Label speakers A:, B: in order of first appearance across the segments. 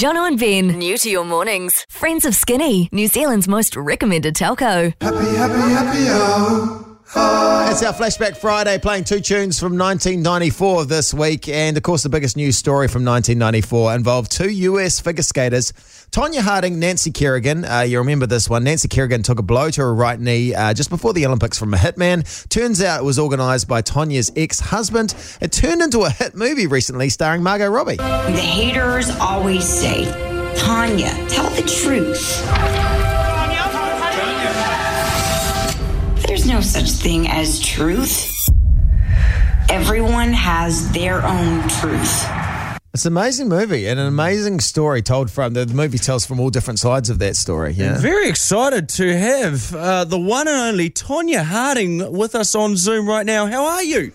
A: Jono and Ben. New to your mornings. Friends of Skinny, New Zealand's most recommended telco.
B: Happy, happy, happy, oh.
C: It's our Flashback Friday, playing two tunes from 1994 this week. And of course, the biggest news story from 1994 involved two US figure skaters, Tonya Harding, Nancy Kerrigan. Uh, you remember this one. Nancy Kerrigan took a blow to her right knee uh, just before the Olympics from a hitman. Turns out it was organised by Tonya's ex husband. It turned into a hit movie recently starring Margot Robbie.
D: The haters always say, Tanya, tell the truth. There's no such thing as truth. Everyone has their own truth.
C: It's an amazing movie and an amazing story told from the, the movie tells from all different sides of that story. Yeah.
E: Very excited to have uh, the one and only Tonya Harding with us on Zoom right now. How are you?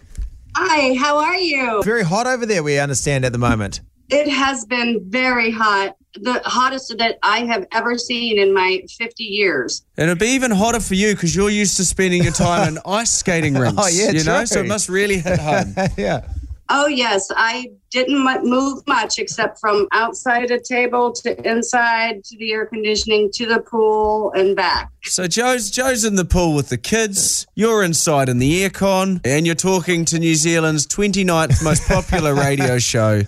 F: Hi, how are you?
C: Very hot over there, we understand, at the moment.
F: It has been very hot, the hottest that I have ever seen in my 50 years.
E: And it'd be even hotter for you because you're used to spending your time in ice skating rinks.
C: Oh, yeah,
E: you know,
C: true.
E: so it must really hit home.
C: yeah.
F: Oh, yes, I didn't mu- move much except from outside a table to inside to the air conditioning to the pool and back.
E: So Joe's Joe's in the pool with the kids. You're inside in the aircon, and you're talking to New Zealand's 29th most popular radio show,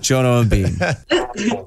E: John and Ben.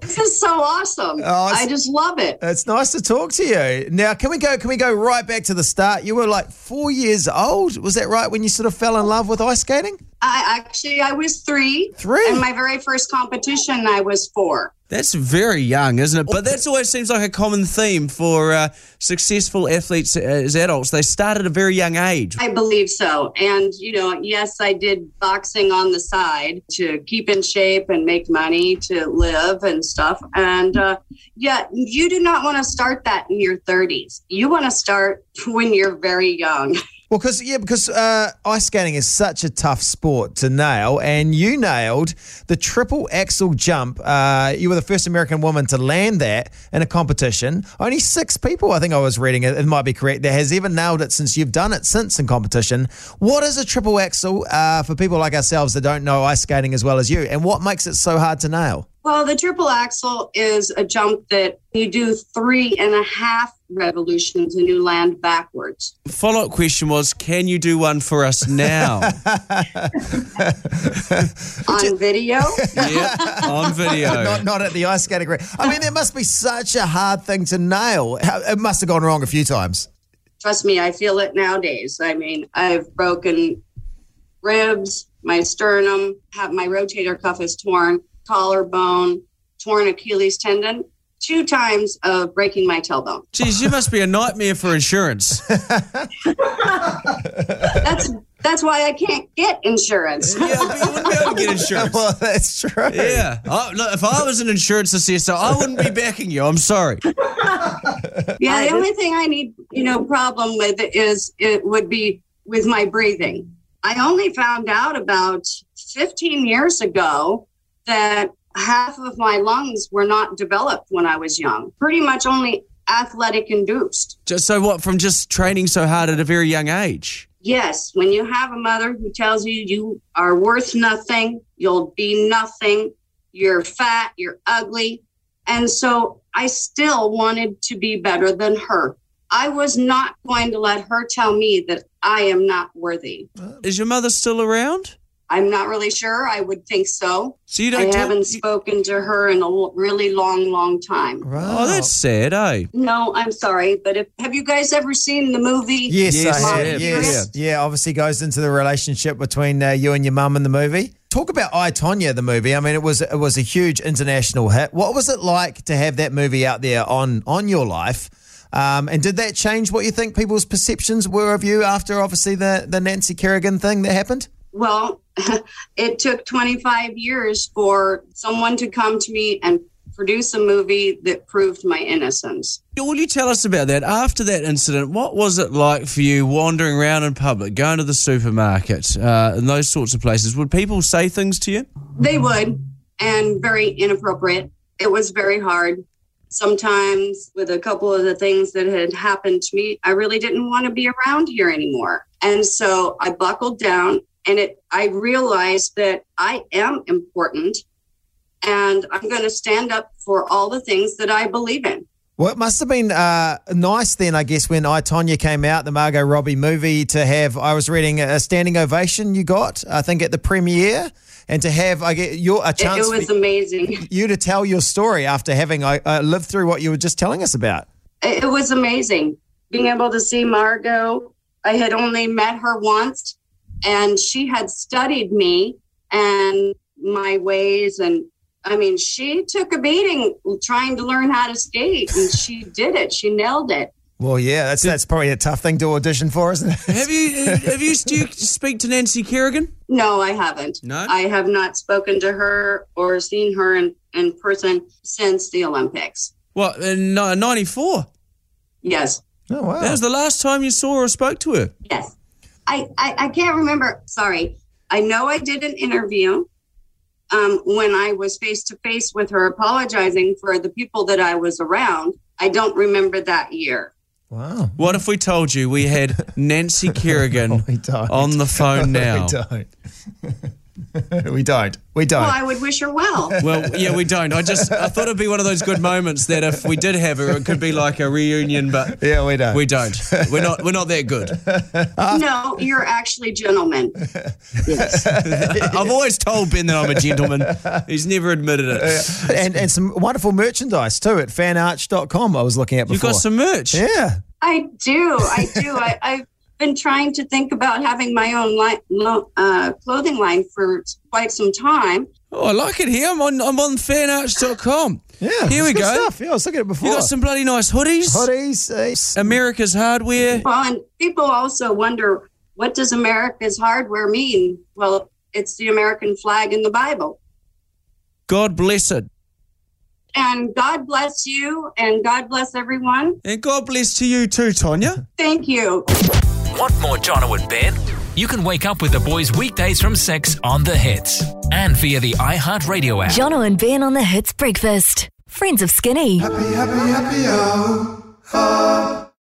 F: This is so awesome.
C: Oh, it's-
F: I just love it.
C: It's nice to talk to you. Now, can we go? Can we go right back to the start? You were like four years old. Was that right? When you sort of fell in love with ice skating?
F: I actually, I was three.
C: Three?
F: And my very first competition, I was four.
E: That's very young, isn't it? But that's always seems like a common theme for uh, successful athletes uh, as adults. They start at a very young age.
F: I believe so. And, you know, yes, I did boxing on the side to keep in shape and make money to live and stuff. And uh, yeah, you do not want to start that in your 30s. You want to start when you're very young.
C: Well, because yeah, because uh, ice skating is such a tough sport to nail, and you nailed the triple axel jump. Uh, you were the first American woman to land that in a competition. Only six people, I think I was reading it, it might be correct, that has ever nailed it since you've done it since in competition. What is a triple axel uh, for people like ourselves that don't know ice skating as well as you, and what makes it so hard to nail?
F: Well, the triple axel is a jump that you do three and a half revolutions and you land backwards.
E: Follow up question was, can you do one for us now?
F: On video,
E: yeah, on video.
C: Not, not at the ice skating rink. I mean, that must be such a hard thing to nail. How- It must have gone wrong a few times.
F: trust me, I feel it nowadays. I mean, I've broken ribs, my sternum, have my rotator cuff is torn, collarbone, torn Achilles tendon, two times of breaking my tailbone.
E: Geez, you must be a nightmare for insurance.
F: That's that's why I can't get insurance.
E: yeah, but you wouldn't be able to get insurance.
C: Well, that's true.
E: Yeah. I, look, if I was an insurance assessor, I wouldn't be backing you. I'm sorry.
F: yeah, the only thing I need, you know, problem with is it would be with my breathing. I only found out about 15 years ago that half of my lungs were not developed when I was young. Pretty much only athletic induced.
E: Just so what? From just training so hard at a very young age.
F: Yes, when you have a mother who tells you you are worth nothing, you'll be nothing, you're fat, you're ugly. And so I still wanted to be better than her. I was not going to let her tell me that I am not worthy.
E: Is your mother still around?
F: I'm not really sure. I would think so.
E: So you
F: I
E: don't. talk-
F: haven't
E: you-
F: spoken to her in a l- really long, long time.
C: Wow.
E: oh, that's sad, eh?
F: No, I'm sorry, but if, have you guys ever seen the movie?
C: Yes,
E: Yes,
C: I
F: I
C: have.
F: have.
C: Yes. Yeah, obviously goes into the relationship between uh, you and your mum in the movie. Talk about I Tonya the movie. I mean, it was it was a huge international hit. What was it like to have that movie out there on on your life? Um, and did that change what you think people's perceptions were of you after obviously the the Nancy Kerrigan thing that happened?
F: Well, it took 25 years for someone to come to me and produce a movie that proved my innocence.
E: Will you tell us about that? After that incident, what was it like for you wandering around in public, going to the supermarket, uh, and those sorts of places? Would people say things to you?
F: They would, and very inappropriate. It was very hard. Sometimes, with a couple of the things that had happened to me, I really didn't want to be around here anymore. And so I buckled down and it I realized that I am important and I'm going to stand up for all the things that I believe in.
C: Well, it must have been uh, nice then, I guess, when I Tonya came out, the Margot Robbie movie, to have I was reading a standing ovation you got, I think, at the premiere, and to have I get your a
F: It,
C: chance
F: it was
C: for
F: amazing.
C: you to tell your story after having I uh, lived through what you were just telling us about.
F: it, it was amazing being able to see Margot. I had only met her once, and she had studied me and my ways. And I mean, she took a beating trying to learn how to skate, and she did it. She nailed it.
C: Well, yeah, that's that's probably a tough thing to audition for, isn't it?
E: Have you uh, have you do you speak to Nancy Kerrigan?
F: No, I haven't.
E: No?
F: I have not spoken to her or seen her in, in person since the Olympics.
E: What in '94?
F: Yes.
C: Oh wow.
E: That was the last time you saw or spoke to her.
F: Yes. I, I, I can't remember. Sorry. I know I did an interview um, when I was face to face with her apologizing for the people that I was around. I don't remember that year.
C: wow.
E: What if we told you we had Nancy Kerrigan
C: We don't.
E: on the phone now?
C: We don't. we don't. We don't.
F: Well, Oh, I would wish her well.
E: Well, yeah, we don't. I just I thought it'd be one of those good moments that if we did have her, it could be like a reunion, but
C: yeah, we don't.
E: we don't. We're not we're not that good.
F: no, you're actually gentlemen.
E: I've always told Ben that I'm a gentleman. He's never admitted it.
C: and and some wonderful merchandise too at fanarch.com I was looking at
E: You've
C: before.
E: got some merch.
C: Yeah.
F: I do. I do. I, I've been trying to think about having my own li- lo- uh, clothing line for quite some time.
E: Oh, I like it here. I'm on I'm on fanarch.com.
C: Yeah.
E: Here we
C: it's good
E: go.
C: Stuff. Yeah, I was looking at it before.
E: You got some bloody nice hoodies.
C: hoodies. eh,
E: America's hardware.
F: Well, and people also wonder what does America's hardware mean? Well, it's the American flag in the Bible.
E: God bless it.
F: And God bless you and God bless everyone.
E: And God bless to you too, Tonya.
F: Thank you.
G: Want more Jono and Ben? You can wake up with the boys weekdays from 6 on The Hits and via the iHeartRadio app.
A: Jono and Ben on the Hits Breakfast. Friends of Skinny.
B: Happy, happy, happy, oh. oh.